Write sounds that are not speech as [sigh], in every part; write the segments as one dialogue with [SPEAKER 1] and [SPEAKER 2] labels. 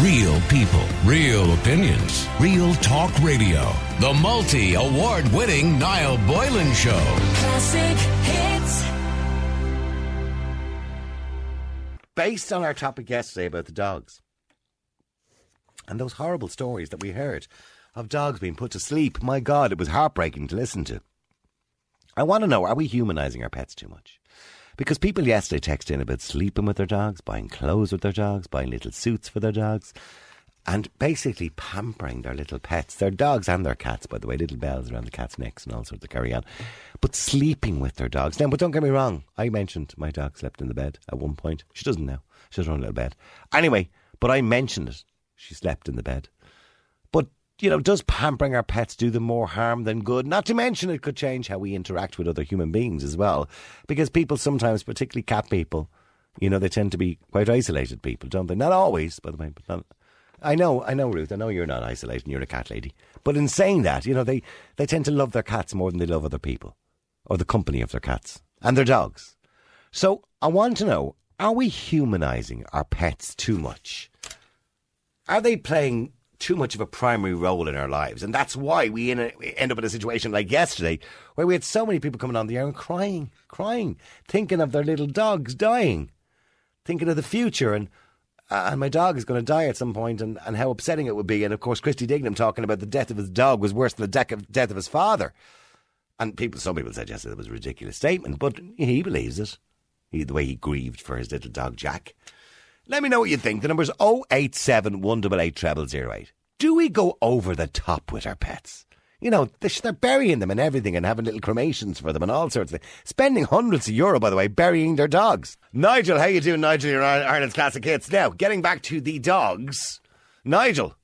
[SPEAKER 1] Real people, real opinions, real talk radio. The multi award winning Niall Boylan Show.
[SPEAKER 2] Classic hits.
[SPEAKER 3] based on our topic yesterday about the dogs and those horrible stories that we heard of dogs being put to sleep. My God, it was heartbreaking to listen to. I want to know are we humanizing our pets too much? Because people yesterday texted in about sleeping with their dogs, buying clothes with their dogs, buying little suits for their dogs, and basically pampering their little pets, their dogs and their cats, by the way, little bells around the cats' necks and all sorts of carry on. But sleeping with their dogs. Now, but don't get me wrong, I mentioned my dog slept in the bed at one point. She doesn't now. She has her own little bed. Anyway, but I mentioned it. She slept in the bed. But, you know, does pampering our pets do them more harm than good? Not to mention it could change how we interact with other human beings as well. Because people sometimes, particularly cat people, you know, they tend to be quite isolated people, don't they? Not always, by the way, but not. I know, I know, Ruth. I know you're not isolated. and You're a cat lady. But in saying that, you know, they, they tend to love their cats more than they love other people or the company of their cats and their dogs. So I want to know are we humanizing our pets too much? are they playing too much of a primary role in our lives? And that's why we, in a, we end up in a situation like yesterday, where we had so many people coming on the air and crying, crying, thinking of their little dogs dying, thinking of the future and. Uh, and my dog is going to die at some point, and, and how upsetting it would be. And of course, Christy Dignam talking about the death of his dog was worse than the death of, death of his father. And people, some people said yesterday that was a ridiculous statement, but he believes it. He, the way he grieved for his little dog Jack. Let me know what you think. The number's 087 188 0008. Do we go over the top with our pets? You know, they- they're burying them and everything and having little cremations for them and all sorts of things. Spending hundreds of euro, by the way, burying their dogs. Nigel, how you doing, Nigel? You're on Ireland's Classic Hits. Now, getting back to the dogs. Nigel.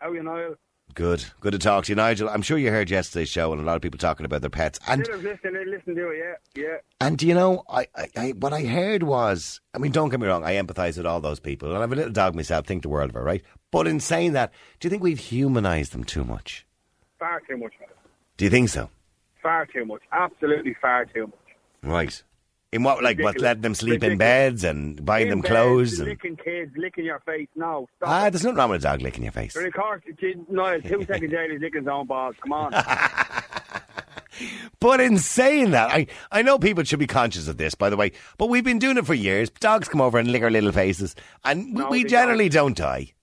[SPEAKER 4] How Oh, you know?
[SPEAKER 3] Good. Good to talk to you, Nigel. I'm sure you heard yesterday's show and a lot of people talking about their pets. And
[SPEAKER 4] Did have listened, listened to it, yeah, yeah.
[SPEAKER 3] And do you know, I, I, I, what I heard was, I mean, don't get me wrong, I empathise with all those people, and I have a little dog myself, think the world of her, right? But in saying that, do you think we've humanised them too much?
[SPEAKER 4] Far too much, man.
[SPEAKER 3] Do you think so?
[SPEAKER 4] Far too much. Absolutely far too much.
[SPEAKER 3] Right. In what, like, what,
[SPEAKER 4] Ridiculous.
[SPEAKER 3] letting them sleep in
[SPEAKER 4] Ridiculous.
[SPEAKER 3] beds and buying them
[SPEAKER 4] In bed,
[SPEAKER 3] clothes? And,
[SPEAKER 4] Licking kids, licking your face. No, stop.
[SPEAKER 3] ah,
[SPEAKER 4] it.
[SPEAKER 3] there's nothing wrong with a dog licking your face.
[SPEAKER 4] But of course,
[SPEAKER 3] [laughs]
[SPEAKER 4] it- Niall, two seconds early, he's licking his own balls. Come on.
[SPEAKER 3] But in saying that, I, I know people should be conscious of this, by the way, but we've been doing it for years. Dogs come over and lick our little faces, and we,
[SPEAKER 4] No,
[SPEAKER 3] we
[SPEAKER 4] they
[SPEAKER 3] generally don't die.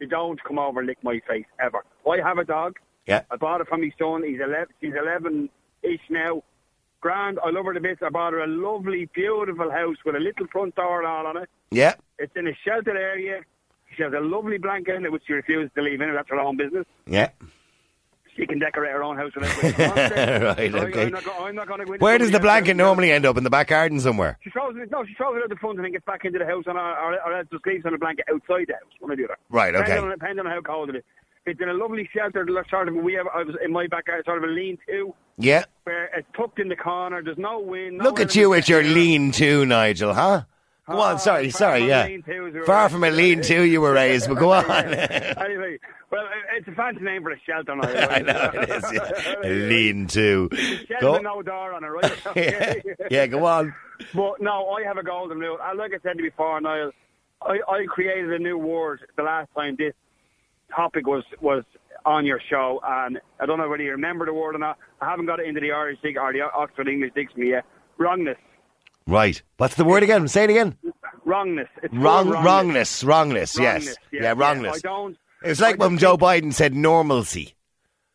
[SPEAKER 4] you don't come over and lick my face, ever. I have a dog.
[SPEAKER 3] Yeah.
[SPEAKER 4] I bought it from my son. He's 11, he's 11 ish now. Grand. I love her to bits. I bought her a lovely, beautiful house with a little front door and all on it.
[SPEAKER 3] Yeah.
[SPEAKER 4] It's in a sheltered area. She has a lovely blanket in it, which she refuses to leave in. That's her own business.
[SPEAKER 3] Yeah.
[SPEAKER 4] She can decorate her own house with
[SPEAKER 3] [laughs]
[SPEAKER 4] it.
[SPEAKER 3] Right, okay.
[SPEAKER 4] I'm not, go- I'm not gonna go into
[SPEAKER 3] Where does the
[SPEAKER 4] somebody
[SPEAKER 3] blanket
[SPEAKER 4] else's
[SPEAKER 3] normally end up? In the back garden somewhere?
[SPEAKER 4] house. She throws it. No, she throws it out the front and then gets back into the house, and or, or, or else just leaves on the blanket outside the house. One or the other.
[SPEAKER 3] Right, okay.
[SPEAKER 4] Depending on, depending on how cold it is. It's in a lovely sheltered lo- sort of. We have I was in my backyard, sort of a lean-to,
[SPEAKER 3] Yeah.
[SPEAKER 4] where it's tucked in the corner. There's no wind. no
[SPEAKER 3] Look at you
[SPEAKER 4] element-
[SPEAKER 3] at your lean to, Nigel, huh? Go on,
[SPEAKER 4] Ah,
[SPEAKER 3] sorry,
[SPEAKER 4] far
[SPEAKER 3] sorry,
[SPEAKER 4] from
[SPEAKER 3] yeah.
[SPEAKER 4] lean-tos we were
[SPEAKER 3] Far
[SPEAKER 4] raised.
[SPEAKER 3] from a lean to you were raised, but
[SPEAKER 4] [laughs]
[SPEAKER 3] go on.
[SPEAKER 4] [laughs]
[SPEAKER 3] [laughs]
[SPEAKER 4] anyway, well, it- it's a fancy name for a shelter. now.
[SPEAKER 3] I know it is. Yeah. A lean to.
[SPEAKER 4] Shelter
[SPEAKER 3] Go.
[SPEAKER 4] with no door on it, right?
[SPEAKER 3] [laughs] Yeah.
[SPEAKER 4] Okay.
[SPEAKER 3] yeah, go on.
[SPEAKER 4] But no, I have a golden rule. And like I said to you before, Niall, I, I created a new word the last time this topic was, was on your show, and I don't know whether you remember the word or not. I haven't got it into the Irish dig or the Oxford English Dictionary yet. Wrongness.
[SPEAKER 3] Right. What's the word again? Say it again.
[SPEAKER 4] Wrongness. It's full
[SPEAKER 3] Wrong,
[SPEAKER 4] wrongness.
[SPEAKER 3] wrongness, wrongness, yes.
[SPEAKER 4] Wrongness,
[SPEAKER 3] Yeah, wrongness.
[SPEAKER 4] I don't.
[SPEAKER 3] It's like
[SPEAKER 4] I
[SPEAKER 3] when
[SPEAKER 4] don't
[SPEAKER 3] Joe
[SPEAKER 4] think-
[SPEAKER 3] Biden said normalcy.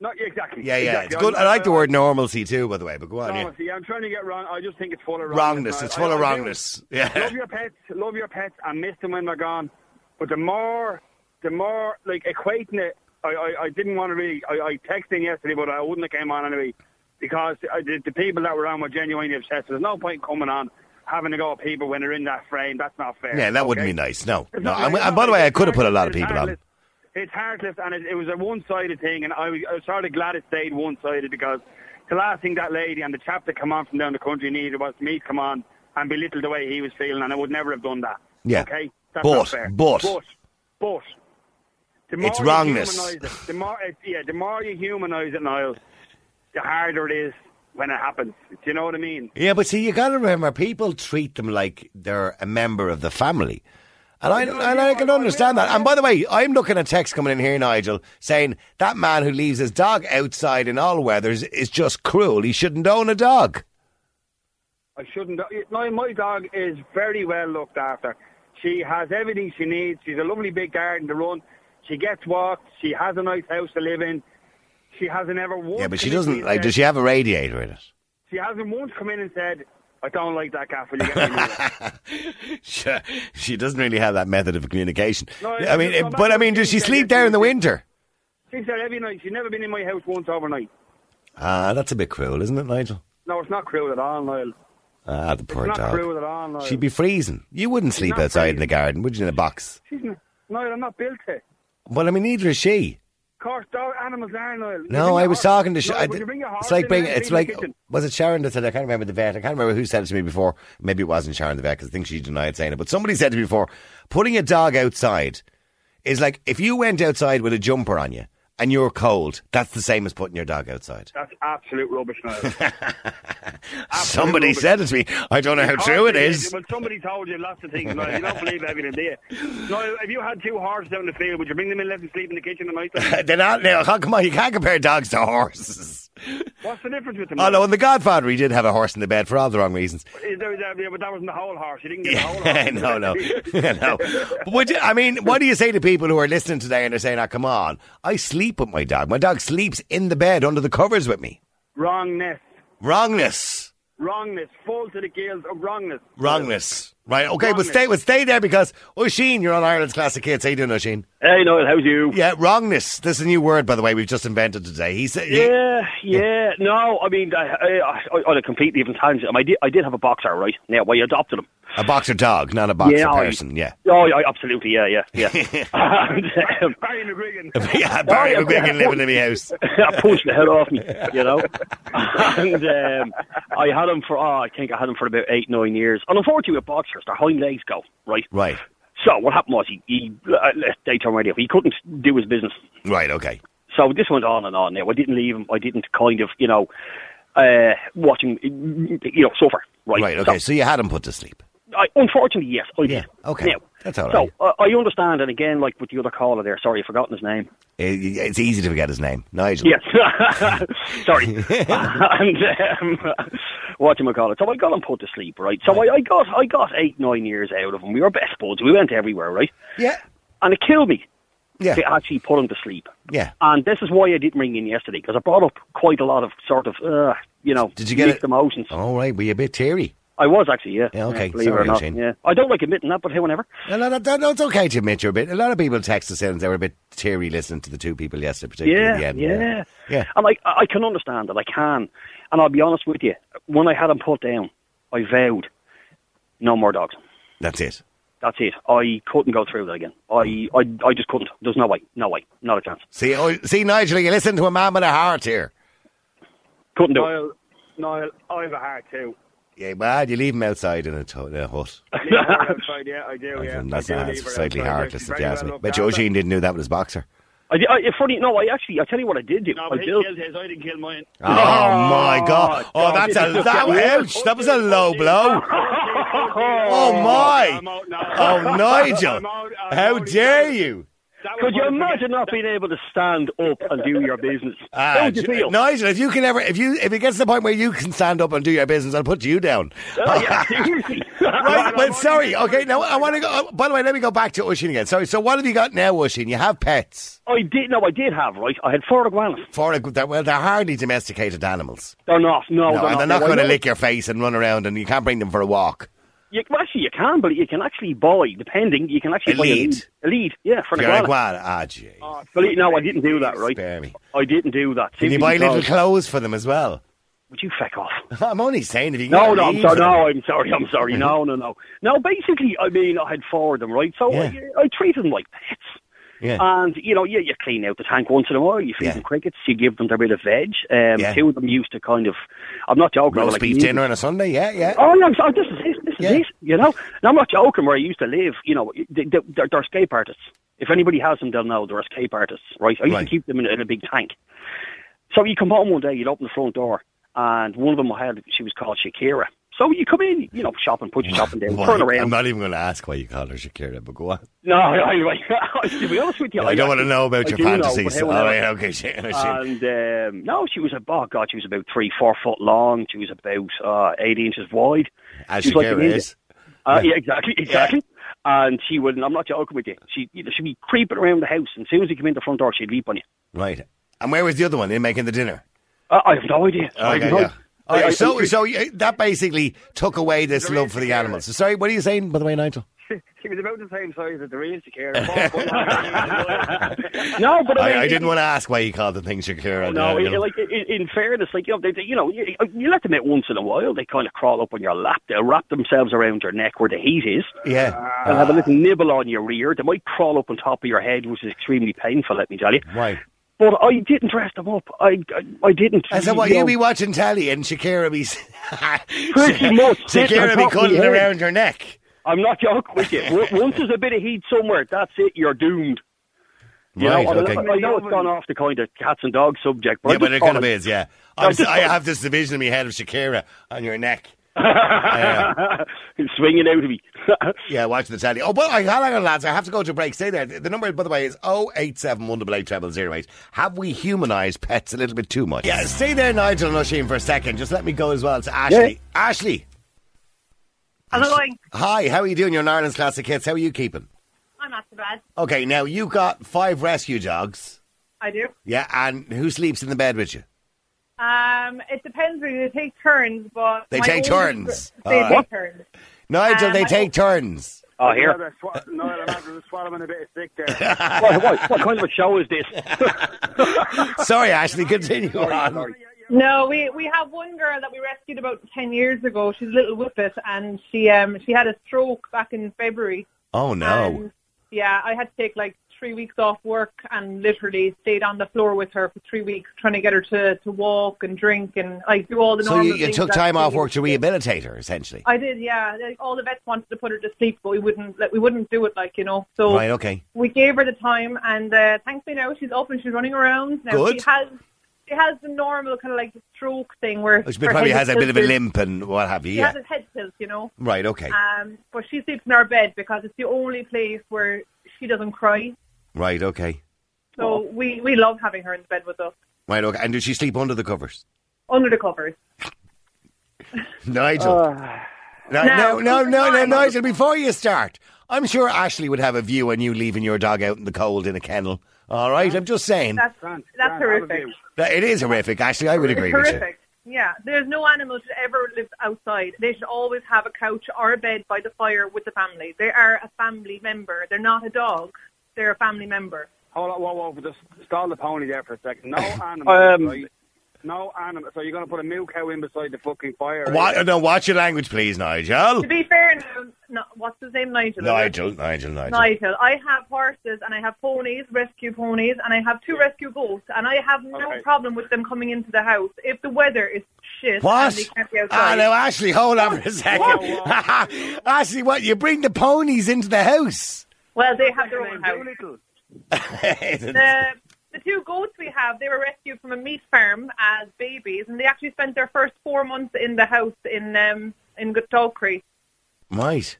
[SPEAKER 4] Not yeah, exactly.
[SPEAKER 3] Yeah, yeah. It's
[SPEAKER 4] exactly. Uh,
[SPEAKER 3] good. I like the word normalcy too, by the way, but go on. Yeah.
[SPEAKER 4] No, see, I'm trying to get wrong. I just think it's full of
[SPEAKER 3] Wrongness,
[SPEAKER 4] wrongness.
[SPEAKER 3] it's
[SPEAKER 4] I-
[SPEAKER 3] full
[SPEAKER 4] I-
[SPEAKER 3] of
[SPEAKER 4] I do.
[SPEAKER 3] wrongness. Yeah.
[SPEAKER 4] Love your pets. Love your pets. I miss them when they're gone. But the more, the more like equating it. I, I, I didn't want to really. I, I texted in yesterday, but I wouldn't have came on anyway because I, the, the people that were on were genuinely obsessed. There's no point coming on having to go at people when they're in that frame. That's not fair.
[SPEAKER 3] Yeah, that wouldn't
[SPEAKER 4] okay?
[SPEAKER 3] be nice. No.
[SPEAKER 4] It's
[SPEAKER 3] No.
[SPEAKER 4] not
[SPEAKER 3] And,
[SPEAKER 4] nice.
[SPEAKER 3] and by the way, I
[SPEAKER 4] It's
[SPEAKER 3] could have put a
[SPEAKER 4] heartless.
[SPEAKER 3] lot of
[SPEAKER 4] It's
[SPEAKER 3] people on.
[SPEAKER 4] heartless. It's heartless, and it, it was a one-sided thing, and I was, I was sort of glad it stayed one-sided because the last thing that lady and the chap that come on from down the country needed was me to come on and belittle the way he was feeling, and I would never have done that.
[SPEAKER 3] Yeah.
[SPEAKER 4] Okay. That's
[SPEAKER 3] But-
[SPEAKER 4] not fair.
[SPEAKER 3] but-
[SPEAKER 4] but, but the more
[SPEAKER 3] It's
[SPEAKER 4] you
[SPEAKER 3] wrongness.
[SPEAKER 4] humanise it, the more, it, yeah, the more you humanise it, Niall, the harder it is when it happens. Do you know what I mean?
[SPEAKER 3] Yeah, but see, you got to remember, people treat them like they're a member of the family. And I, and I can understand that. And by the way, I'm looking at texts coming in here, Nigel, saying that man who leaves his dog outside in all weathers is just cruel. He shouldn't own a dog.
[SPEAKER 4] I shouldn't. No, my dog is very well looked after. She has everything she needs. She's a lovely big garden to run. She gets walked. She has a nice house to live in. She hasn't ever once.
[SPEAKER 3] Yeah, but she
[SPEAKER 4] come in
[SPEAKER 3] doesn't,
[SPEAKER 4] and
[SPEAKER 3] like,
[SPEAKER 4] said-
[SPEAKER 3] does she have a radiator in it? [laughs]
[SPEAKER 4] She hasn't once come in and said, "I don't like that cat." Will you get me another?"
[SPEAKER 3] [laughs] She, she doesn't really have that method of communication.
[SPEAKER 4] No,
[SPEAKER 3] I mean,
[SPEAKER 4] it's
[SPEAKER 3] it-
[SPEAKER 4] not
[SPEAKER 3] but I
[SPEAKER 4] that
[SPEAKER 3] mean, does she sleep there in the winter?
[SPEAKER 4] She's there every night. She's never been in my house once overnight.
[SPEAKER 3] Ah, that's a bit cruel, isn't it, Nigel?
[SPEAKER 4] No, it's not cruel at all, Niall.
[SPEAKER 3] Ah, the poor
[SPEAKER 4] It's not
[SPEAKER 3] dog.
[SPEAKER 4] cruel at all, Niall.
[SPEAKER 3] She'd be freezing. You wouldn't sleep
[SPEAKER 4] not
[SPEAKER 3] outside in the garden, would you, in a box?
[SPEAKER 4] She's n- Niall, I'm not built to.
[SPEAKER 3] Well, I mean, neither is she.
[SPEAKER 4] Of course, dog animals are, Niall. You bring
[SPEAKER 3] No,
[SPEAKER 4] your
[SPEAKER 3] I was
[SPEAKER 4] horse-
[SPEAKER 3] talking to. Sh-
[SPEAKER 4] Niall,
[SPEAKER 3] I
[SPEAKER 4] will
[SPEAKER 3] did-
[SPEAKER 4] you bring your horse
[SPEAKER 3] it's like
[SPEAKER 4] in
[SPEAKER 3] bring.
[SPEAKER 4] and
[SPEAKER 3] It's
[SPEAKER 4] leave the
[SPEAKER 3] like.
[SPEAKER 4] kitchen?
[SPEAKER 3] Was it Sharon that said? I can't remember the vet. I can't remember who said it to me before. Maybe it wasn't Sharon the vet because I think she denied saying it. But somebody said to me before, putting a dog outside is like if you went outside with a jumper on you and you're cold. That's the same as putting your dog outside.
[SPEAKER 4] That's absolute rubbish,
[SPEAKER 3] [laughs]
[SPEAKER 4] Niall.
[SPEAKER 3] Somebody
[SPEAKER 4] rubbish.
[SPEAKER 3] said it to me. I don't know how true it is.
[SPEAKER 4] Well, somebody told you lots of things, Niall. You don't believe everything, do you? Niall, if you had two horses out in the field, would you bring them in and let them sleep in the kitchen at night?
[SPEAKER 3] [laughs]
[SPEAKER 4] time?
[SPEAKER 3] They're not now. How come on? You can't compare dogs to horses.
[SPEAKER 4] What's the difference with them?
[SPEAKER 3] Oh no! In The Godfather, he did have a horse in the bed for all the wrong reasons.
[SPEAKER 4] Is there, yeah, but that wasn't the whole horse. You didn't
[SPEAKER 3] [laughs]
[SPEAKER 4] get the whole
[SPEAKER 3] Yeah,
[SPEAKER 4] horse.
[SPEAKER 3] no, no, no. [laughs] But would you, I mean, what do you say to people who are listening today and they're saying, "Ah, come on, I sleep with my dog. My dog sleeps in the bed under the covers with me."
[SPEAKER 4] [laughs] Wrongness.
[SPEAKER 3] Wrongness,
[SPEAKER 4] Wrongness. Fall to the gills of wrongness.
[SPEAKER 3] wrongness. Right? Okay, but
[SPEAKER 4] Wrongness.
[SPEAKER 3] stay, but stay there because O'Sheen, you're on Ireland's Classic Kids. How you doing, O'Sheen?
[SPEAKER 5] Hey Noel, how's you?
[SPEAKER 3] Yeah, wrongness. This is a new word, by the way. We've just invented today. He said, he-
[SPEAKER 5] Yeah, yeah. No, I mean, I, I, I, on a completely different tangent, I, mean, I, did, I did have a boxer, right? Yeah, well, you adopted him.
[SPEAKER 3] a boxer dog, not a boxer
[SPEAKER 5] Yeah, I-
[SPEAKER 3] person." Yeah. [laughs]
[SPEAKER 5] Oh, yeah, absolutely, yeah, yeah, yeah. and, um, [laughs]
[SPEAKER 4] Barry McGuigan.
[SPEAKER 3] Yeah, Barry
[SPEAKER 5] Oh, yeah.
[SPEAKER 3] McGuigan living in my house.
[SPEAKER 5] I pushed the hell off me, you know. and um, I had him for, oh, I think I had him for about eight, nine years. And unfortunately, with boxers, their hind legs go, right?
[SPEAKER 3] Right,
[SPEAKER 5] So what happened was he, he uh, daytime radio, he couldn't do his business.
[SPEAKER 3] right, okay.
[SPEAKER 5] So this went on and on. Now I didn't leave him. I didn't kind of, you know, uh, watch him, you know, suffer. Right.
[SPEAKER 3] Right, okay.
[SPEAKER 5] So
[SPEAKER 3] So you had him put to sleep.
[SPEAKER 5] I, unfortunately, yes. I did.
[SPEAKER 3] Yeah, okay.
[SPEAKER 5] Now,
[SPEAKER 3] That's all right.
[SPEAKER 5] So uh, I understand, and again, like with the other caller there. Sorry, I've forgotten his name.
[SPEAKER 3] It- It's easy to forget his name, Nigel.
[SPEAKER 5] Yes. [laughs]
[SPEAKER 3] [laughs]
[SPEAKER 5] sorry. and um, what do call it? So I got him put to sleep. Right. So I, I got I got eight nine years out of him. We were best buds. We went everywhere. Right.
[SPEAKER 3] Yeah.
[SPEAKER 5] And it killed me.
[SPEAKER 3] Yeah.
[SPEAKER 5] to actually put him to sleep.
[SPEAKER 3] Yeah.
[SPEAKER 5] And this is why I didn't ring in yesterday because I brought up quite a lot of sort of, uh, you know,
[SPEAKER 3] Did you get
[SPEAKER 5] mixed
[SPEAKER 3] it?
[SPEAKER 5] emotions.
[SPEAKER 3] All right, were you a bit teary?
[SPEAKER 5] I was actually, yeah.
[SPEAKER 3] Yeah, okay.
[SPEAKER 5] believe it
[SPEAKER 3] Sorry,
[SPEAKER 5] or not.
[SPEAKER 3] Eugene.
[SPEAKER 5] Yeah. I don't like admitting that, but hey, whenever.
[SPEAKER 3] No, no, no, no, it's okay to admit you're a bit. A lot of people text us in and they were a bit teary listening to the two people yesterday, particularly
[SPEAKER 5] Yeah,
[SPEAKER 3] at the end.
[SPEAKER 5] yeah,
[SPEAKER 3] Yeah.
[SPEAKER 5] And like, I I can understand that. I can, and I'll be honest with you. When I had him put down, I vowed, no more dogs.
[SPEAKER 3] That's it.
[SPEAKER 5] That's it. I couldn't go through that again. I, I, I just couldn't. There's no way. No way. Not a chance.
[SPEAKER 3] See, oh, see, Nigel, you listen to a man with a heart here.
[SPEAKER 5] Couldn't do it.
[SPEAKER 4] Niall, Niall, I have a heart
[SPEAKER 5] [laughs]
[SPEAKER 4] too.
[SPEAKER 3] Yeah, man, you leave him outside in a, to- in a hut.
[SPEAKER 4] Leave her outside, yeah, I do, Oh, yeah.
[SPEAKER 3] And that's
[SPEAKER 4] I do
[SPEAKER 3] not
[SPEAKER 4] leave
[SPEAKER 3] it's
[SPEAKER 4] her
[SPEAKER 3] slightly
[SPEAKER 4] outside, yeah.
[SPEAKER 3] heartless
[SPEAKER 4] She's
[SPEAKER 3] if
[SPEAKER 4] very
[SPEAKER 3] you ask
[SPEAKER 4] well
[SPEAKER 3] me.
[SPEAKER 4] looked
[SPEAKER 3] But
[SPEAKER 4] after.
[SPEAKER 3] Eugene didn't do that with his
[SPEAKER 4] [laughs]
[SPEAKER 3] boxer.
[SPEAKER 5] I, di- I, funny. No, I actually. I tell you what, I did do.
[SPEAKER 4] No,
[SPEAKER 5] I
[SPEAKER 4] but he
[SPEAKER 5] built. [laughs]
[SPEAKER 4] killed his, I didn't kill mine.
[SPEAKER 3] Oh, my God. Oh, that's a. That, ouch, that was a low
[SPEAKER 4] [laughs]
[SPEAKER 3] blow.
[SPEAKER 4] Oh
[SPEAKER 3] my.
[SPEAKER 4] I'm out now.
[SPEAKER 3] Oh, Nigel.
[SPEAKER 4] I'm out, I'm
[SPEAKER 3] How
[SPEAKER 4] out.
[SPEAKER 3] dare you?
[SPEAKER 4] That was
[SPEAKER 5] Could you
[SPEAKER 4] one of the-
[SPEAKER 5] imagine not being able to stand up and do your business?
[SPEAKER 3] [laughs]
[SPEAKER 5] How
[SPEAKER 3] Ah,
[SPEAKER 5] would you feel?
[SPEAKER 3] Nigel, if you can ever, if you, if it gets to the point where you can stand up and do your business, I'll put you down.
[SPEAKER 5] Oh,
[SPEAKER 3] [laughs]
[SPEAKER 5] yeah, seriously.
[SPEAKER 3] Right, well, sorry. Okay, now I want to go. oh, by the way, let me go back to Ushin again. Sorry. So, what have you got now, Ushin? You have pets.
[SPEAKER 5] I did. No, I did have right. I had four iguanas.
[SPEAKER 3] For a, they're- well, they're hardly domesticated animals.
[SPEAKER 5] They're not. No,
[SPEAKER 3] No,
[SPEAKER 5] Oh, they're
[SPEAKER 3] and
[SPEAKER 5] not.
[SPEAKER 3] they're not
[SPEAKER 5] No, I
[SPEAKER 3] going to
[SPEAKER 5] know-
[SPEAKER 3] lick your face and run around, and you can't bring them for a walk.
[SPEAKER 5] You, well, actually, you can, but you can actually buy, depending, you can actually
[SPEAKER 3] A
[SPEAKER 5] buy
[SPEAKER 3] lead.
[SPEAKER 5] a lead. A lead, yeah, for an
[SPEAKER 3] You're like,
[SPEAKER 5] iguana. Uh,
[SPEAKER 3] what? Ah, gee.
[SPEAKER 5] Believe- no, I didn't do that, right?
[SPEAKER 3] Spare me.
[SPEAKER 5] I didn't do that.
[SPEAKER 3] Can you
[SPEAKER 5] simply
[SPEAKER 3] buy little
[SPEAKER 5] because-
[SPEAKER 3] clothes for them as well? [laughs]
[SPEAKER 5] Would you feck off?
[SPEAKER 3] I'm only saying if you can.
[SPEAKER 5] No,
[SPEAKER 3] get
[SPEAKER 5] no, I'm
[SPEAKER 3] leave
[SPEAKER 5] sorry.
[SPEAKER 3] for them.
[SPEAKER 5] No, I'm sorry. I'm sorry. No, no, no. No, basically, I mean, I had four of them, right? So
[SPEAKER 3] Yeah.
[SPEAKER 5] I, I treated them like pets.
[SPEAKER 3] Yeah.
[SPEAKER 5] And, you know, yeah, you clean out the tank once in a while, you feed
[SPEAKER 3] Yeah.
[SPEAKER 5] them crickets, you give them their bit of veg. Um,
[SPEAKER 3] Yeah.
[SPEAKER 5] Two of them used to kind of, I'm not joking.
[SPEAKER 3] Roast
[SPEAKER 5] like,
[SPEAKER 3] beef
[SPEAKER 5] used-
[SPEAKER 3] dinner on a Sunday. Yeah, yeah.
[SPEAKER 5] Oh, yeah, I'm sorry, this is it, this
[SPEAKER 3] Yeah.
[SPEAKER 5] is it, you know? And I'm not joking where I used to live, you know, they, they, they're, they're escape artists. If anybody has them, they'll know they're escape artists, right? I used
[SPEAKER 3] Right.
[SPEAKER 5] to keep them in, a- in a big tank. So you come home one day, you'd open the front door, and one of them I had, she was called Shakira. So you come in, you know, shopping, put your shopping down,
[SPEAKER 3] Why-
[SPEAKER 5] turn
[SPEAKER 3] I'm
[SPEAKER 5] around.
[SPEAKER 3] not even going to ask why you call her Shakira, but go on.
[SPEAKER 5] no, I, I, [laughs] I, to be honest with you,
[SPEAKER 3] I don't want to
[SPEAKER 5] actually-
[SPEAKER 3] know about
[SPEAKER 5] I
[SPEAKER 3] your
[SPEAKER 5] do know, but
[SPEAKER 3] fantasies.
[SPEAKER 5] how will
[SPEAKER 3] All
[SPEAKER 5] I-
[SPEAKER 3] right, okay. [laughs] She,
[SPEAKER 5] And um, no, she was a oh god, she was about three, four foot long. She was about uh, eight inches wide.
[SPEAKER 3] as
[SPEAKER 5] she was like
[SPEAKER 3] Shakira
[SPEAKER 5] an Indian.
[SPEAKER 3] is.
[SPEAKER 5] Uh, yeah, exactly, exactly. And she would, and I'm not joking with you. She, you know, she'd be creeping around the house, and as soon as you come in the front door, she'd leap on you.
[SPEAKER 3] Right. And where was the other one in making the dinner?
[SPEAKER 5] Uh, I have no idea. I
[SPEAKER 3] Okay,
[SPEAKER 5] have no,
[SPEAKER 3] yeah.
[SPEAKER 5] I-
[SPEAKER 3] Okay,
[SPEAKER 5] I-
[SPEAKER 3] so,
[SPEAKER 5] I-
[SPEAKER 3] so you- that basically took away this
[SPEAKER 4] There
[SPEAKER 3] love
[SPEAKER 4] is
[SPEAKER 3] for the
[SPEAKER 4] Shakira.
[SPEAKER 3] animals. Sorry, what are you saying, by the way, Nigel?
[SPEAKER 4] She was about the same size as the real [laughs] Shakira.
[SPEAKER 5] no, but I,
[SPEAKER 3] I,
[SPEAKER 5] mean,
[SPEAKER 3] I didn't want to ask why you called the thing Shakira.
[SPEAKER 5] No,
[SPEAKER 3] you
[SPEAKER 5] it-
[SPEAKER 3] know.
[SPEAKER 5] like in, in fairness, like you know, they, they- you know, you, you let them out once in a while. They kind of crawl up on your lap. They wrap themselves around your neck where the heat is.
[SPEAKER 3] yeah.
[SPEAKER 5] They'll have a little nibble on your rear. They might crawl up on top of your head, which is extremely painful. Let me tell you.
[SPEAKER 3] Right.
[SPEAKER 5] But I didn't dress them up. I I, I didn't.
[SPEAKER 3] And so what,
[SPEAKER 5] you
[SPEAKER 3] you
[SPEAKER 5] know,
[SPEAKER 3] be watching telly and Shakira [laughs] be...
[SPEAKER 5] pretty much sitting on
[SPEAKER 3] Shakira be
[SPEAKER 5] top of
[SPEAKER 3] cuddling
[SPEAKER 5] your head.
[SPEAKER 3] around your neck.
[SPEAKER 5] I'm not joking with you.
[SPEAKER 3] [laughs]
[SPEAKER 5] Wo- Once there's a bit of heat somewhere, that's it. You're doomed. You
[SPEAKER 3] Right,
[SPEAKER 5] know,
[SPEAKER 3] okay.
[SPEAKER 5] I, I know it's gone off the kind of cats and dogs subject, but
[SPEAKER 3] yeah, but it kind of is, yeah. I'm,
[SPEAKER 5] just-
[SPEAKER 3] I have this division in my head of Shakira on your
[SPEAKER 5] [laughs]
[SPEAKER 3] neck. yeah.
[SPEAKER 5] swinging out of me.
[SPEAKER 3] [laughs] Yeah, watch the telly. Oh, well, I- hang on, lads. I have to go to break. Stay there. The the number, by the way, is 087-188-0008. Have we humanised pets a little bit too much? Yeah, stay there, Nigel and Oisin, for a second. Just let me go as well to Ashley. Ashley,
[SPEAKER 6] I'm going.
[SPEAKER 3] hi. How are you doing? You're in Ireland's Classic Hits. How are you keeping?
[SPEAKER 6] I'm not so bad.
[SPEAKER 3] Okay, now you got five rescue dogs.
[SPEAKER 6] I do.
[SPEAKER 3] Yeah, and who sleeps in the bed with you?
[SPEAKER 6] Um, it depends. Really. They take turns, but
[SPEAKER 3] They
[SPEAKER 6] my
[SPEAKER 3] take
[SPEAKER 6] oldest-
[SPEAKER 3] turns. Uh,
[SPEAKER 6] They
[SPEAKER 3] All
[SPEAKER 6] take
[SPEAKER 3] right.
[SPEAKER 6] turns.
[SPEAKER 3] Nigel,
[SPEAKER 6] Um,
[SPEAKER 3] they
[SPEAKER 6] I-
[SPEAKER 3] take
[SPEAKER 6] [laughs]
[SPEAKER 3] turns.
[SPEAKER 5] Oh, here.
[SPEAKER 4] No, I'm after swallowing a bit of stick there.
[SPEAKER 5] [laughs] what, what, what kind of a show is
[SPEAKER 3] [laughs]
[SPEAKER 5] this?
[SPEAKER 3] Sorry, Ashley, continue on.
[SPEAKER 6] No, we we have one girl that we rescued about ten years ago. She's a little whippet, and she um she had a stroke back in February.
[SPEAKER 3] Oh, no.
[SPEAKER 6] And, yeah, I had to take like three weeks off work and literally stayed on the floor with her for three weeks, trying to get her to to walk and drink and like do all the.
[SPEAKER 3] So
[SPEAKER 6] normal
[SPEAKER 3] you, you
[SPEAKER 6] things
[SPEAKER 3] took
[SPEAKER 6] that
[SPEAKER 3] time off
[SPEAKER 6] she-
[SPEAKER 3] work to rehabilitate her, essentially.
[SPEAKER 6] I did, yeah. Like, all the vets wanted to put her to sleep, but we wouldn't. Like, we wouldn't do it, like you know. So
[SPEAKER 3] Right, okay.
[SPEAKER 6] we gave her the time, and uh, thankfully now she's up and she's running around. Now
[SPEAKER 3] Good.
[SPEAKER 6] she has she has the normal kind of like stroke thing where
[SPEAKER 3] Which
[SPEAKER 6] her
[SPEAKER 3] Oh, probably
[SPEAKER 6] head
[SPEAKER 3] has
[SPEAKER 6] is
[SPEAKER 3] a bit of a
[SPEAKER 6] tilted.
[SPEAKER 3] limp and what have you.
[SPEAKER 6] She
[SPEAKER 3] Yeah.
[SPEAKER 6] has a head tilt, you know.
[SPEAKER 3] Right, okay.
[SPEAKER 6] Um, but she sleeps in our bed because it's the only place where she doesn't cry.
[SPEAKER 3] Right, okay.
[SPEAKER 6] So we we love having her in the bed with us
[SPEAKER 3] Right, okay. And does she sleep under the covers? [laughs]
[SPEAKER 6] under the covers.
[SPEAKER 3] Nigel. no, no, no,
[SPEAKER 6] No, keep
[SPEAKER 3] no,
[SPEAKER 6] in
[SPEAKER 3] no,
[SPEAKER 6] mind-
[SPEAKER 3] Nigel, before you start, I'm sure Ashley would have a view on you leaving your dog out in the cold in a kennel. All right, I'm just saying.
[SPEAKER 6] That's
[SPEAKER 4] Grant,
[SPEAKER 6] that's
[SPEAKER 4] Grant, have a
[SPEAKER 6] horrific.
[SPEAKER 4] view.
[SPEAKER 3] That it is horrific, Ashley. I would agree with you.
[SPEAKER 6] Terrific. Yeah, there's no animal should ever live outside. They should always have a couch or a bed by the fire with the family. They are a family member. They're not a dog. They're a family member.
[SPEAKER 4] Hold on, whoa, whoa, just stall the pony there for a second. No animal.
[SPEAKER 5] Um,
[SPEAKER 4] right? No animal. So you're going to put a milk cow in beside the fucking fire. eh? right?
[SPEAKER 3] What, no, watch your language, please, Nigel.
[SPEAKER 6] To be fair, no, no, what's his name, Nigel? is it?
[SPEAKER 3] Nigel, Nigel, Nigel.
[SPEAKER 6] Nigel. I have horses and I have ponies, rescue ponies, and I have two rescue goats, and I have no
[SPEAKER 4] Okay.
[SPEAKER 6] problem with them coming into the house if the weather is shit
[SPEAKER 3] What?
[SPEAKER 6] and they can't be
[SPEAKER 3] Ah,
[SPEAKER 6] outside.
[SPEAKER 3] now, Ashley, hold on for a second. [laughs] Ashley, what? You bring the ponies into the house? [laughs]
[SPEAKER 6] well, they have their own
[SPEAKER 4] Name
[SPEAKER 6] house.
[SPEAKER 4] Doolittle.
[SPEAKER 6] the the two goats we have, they were rescued from a meat farm as babies, and they actually spent their first four months in the house in um in Goodtalkry.
[SPEAKER 3] right.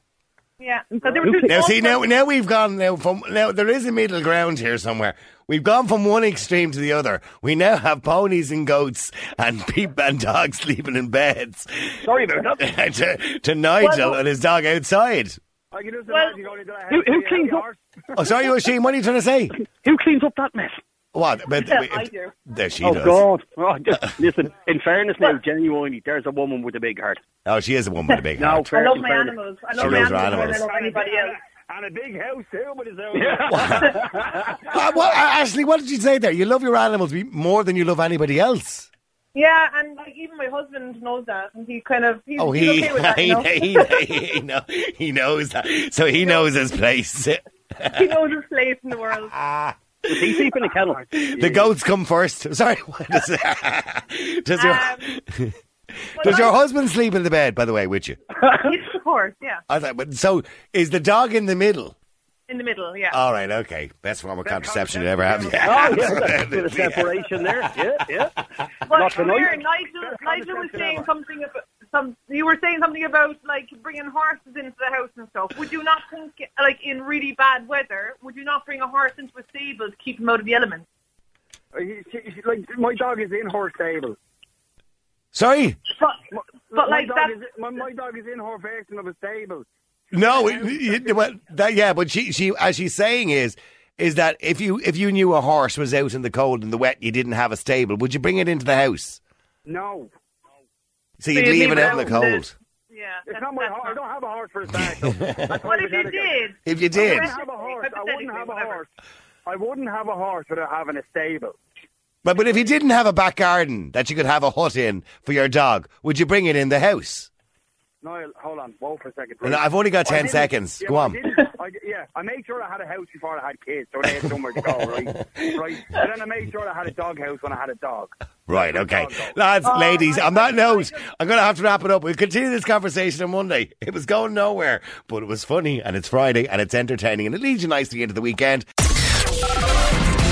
[SPEAKER 6] Yeah, because they were too
[SPEAKER 3] Now
[SPEAKER 6] small
[SPEAKER 3] see
[SPEAKER 6] for-
[SPEAKER 3] now now we've gone now from now there is a middle ground here somewhere. We've gone from one extreme to the other. We now have ponies and goats and people and dogs [laughs] sleeping in beds. [laughs]
[SPEAKER 5] Sorry about that.
[SPEAKER 3] to, to Nigel
[SPEAKER 6] Well,
[SPEAKER 3] and his dog outside.
[SPEAKER 4] I can just
[SPEAKER 6] Well-
[SPEAKER 4] imagine going into that house.
[SPEAKER 5] Who- who
[SPEAKER 4] with the
[SPEAKER 5] cleans up?
[SPEAKER 4] horse.
[SPEAKER 3] Oh, sorry, Oisin, what are you trying to say?
[SPEAKER 5] Who cleans up that mess?
[SPEAKER 3] What? But,
[SPEAKER 5] [laughs]
[SPEAKER 6] I do.
[SPEAKER 3] There she
[SPEAKER 5] oh
[SPEAKER 3] does.
[SPEAKER 5] God! [laughs] Oh, just, listen, in fairness, now genuinely, there's a woman with a big heart.
[SPEAKER 3] Oh, she is a woman with a big
[SPEAKER 5] [laughs] No,
[SPEAKER 3] heart.
[SPEAKER 5] fair,
[SPEAKER 6] I love
[SPEAKER 5] in
[SPEAKER 6] my
[SPEAKER 5] fairness.
[SPEAKER 6] animals. I
[SPEAKER 3] She
[SPEAKER 6] love my
[SPEAKER 3] loves her
[SPEAKER 6] animals more than I
[SPEAKER 3] animals.
[SPEAKER 6] love anybody else.
[SPEAKER 4] And a big house too, but it's
[SPEAKER 3] Ah, well, ah, Ashley, what did you say there? You love your animals more than you love anybody else.
[SPEAKER 6] Yeah, and like even my husband knows that, and he kind of he's,
[SPEAKER 3] Oh,
[SPEAKER 6] he's
[SPEAKER 3] he
[SPEAKER 6] okay with
[SPEAKER 3] [laughs]
[SPEAKER 6] that.
[SPEAKER 3] he,
[SPEAKER 6] You know?
[SPEAKER 3] he, he, he, know, he knows that. So he knows his place.
[SPEAKER 6] he knows his place in the world.
[SPEAKER 5] Does he sleep in a kennel?
[SPEAKER 3] [laughs] The goats come first. [laughs] Sorry. what Does, [laughs] does your [laughs]
[SPEAKER 6] Um, but
[SPEAKER 3] does your
[SPEAKER 6] like-
[SPEAKER 3] husband sleep in the bed? By the way, with you?
[SPEAKER 6] Yes, of course, yeah,
[SPEAKER 3] I thought. But so is the dog in the middle?
[SPEAKER 6] in the middle, yeah.
[SPEAKER 3] All right. Okay. Best form of contraception you ever have.
[SPEAKER 5] Oh,
[SPEAKER 3] [laughs]
[SPEAKER 5] yeah, that's a bit of separation there. Yeah, yeah.
[SPEAKER 6] But
[SPEAKER 5] Not
[SPEAKER 6] come here,
[SPEAKER 5] tonight.
[SPEAKER 6] Nigel, Nigel was saying something about some you were saying something about like bringing horses into the house and stuff. Would you not think like in really bad weather, would you not bring a horse into a stable to keep him out of the elements?
[SPEAKER 4] Uh, he- she- she- like my dog is in her stable.
[SPEAKER 3] Sorry?
[SPEAKER 6] But, but
[SPEAKER 4] my
[SPEAKER 6] like
[SPEAKER 4] dog
[SPEAKER 6] that,
[SPEAKER 4] is, my, my dog is in her version of a stable.
[SPEAKER 3] No, it- it- well, that, yeah, but she, she, as she's saying is, is that if you if you knew a horse was out in the cold and the wet, you didn't have a stable, would you bring it into the house?
[SPEAKER 4] No,
[SPEAKER 3] So you'd
[SPEAKER 6] you'd
[SPEAKER 3] leave
[SPEAKER 6] leave
[SPEAKER 3] it
[SPEAKER 6] it
[SPEAKER 3] out in the
[SPEAKER 6] out in the-
[SPEAKER 3] cold.
[SPEAKER 6] yeah.
[SPEAKER 4] it's
[SPEAKER 6] that's-
[SPEAKER 4] not my
[SPEAKER 6] that's
[SPEAKER 4] horse. I don't have a horse for a start. though. That's
[SPEAKER 6] What if you
[SPEAKER 4] hypothetical.
[SPEAKER 6] did?
[SPEAKER 3] If you
[SPEAKER 4] I
[SPEAKER 3] did,
[SPEAKER 4] wouldn't have a horse. I wouldn't have a
[SPEAKER 6] Hypothetically,
[SPEAKER 4] horse. I wouldn't have a horse without having a stable.
[SPEAKER 3] but but if you didn't have a back garden that you could have a hut in for your dog, would you bring it in the house?
[SPEAKER 4] Niall, hold on. Whoa for a second.
[SPEAKER 3] And I've only got
[SPEAKER 4] I
[SPEAKER 3] ten
[SPEAKER 4] didn't-
[SPEAKER 3] seconds.
[SPEAKER 4] yeah,
[SPEAKER 3] Go
[SPEAKER 4] I
[SPEAKER 3] on.
[SPEAKER 4] didn't- I, di- yeah, I made sure I had a house before I had kids, so they had somewhere to go, right?
[SPEAKER 3] [laughs]
[SPEAKER 4] Right. And then I made sure I had a dog house when I had a dog.
[SPEAKER 3] Right, okay.
[SPEAKER 4] Dog house.
[SPEAKER 3] Lads, ladies, on that note, I'm going to have to wrap it up. We'll continue this conversation on Monday. It was going nowhere, but it was funny, and it's Friday, and it's entertaining, and it leads you nicely into the weekend.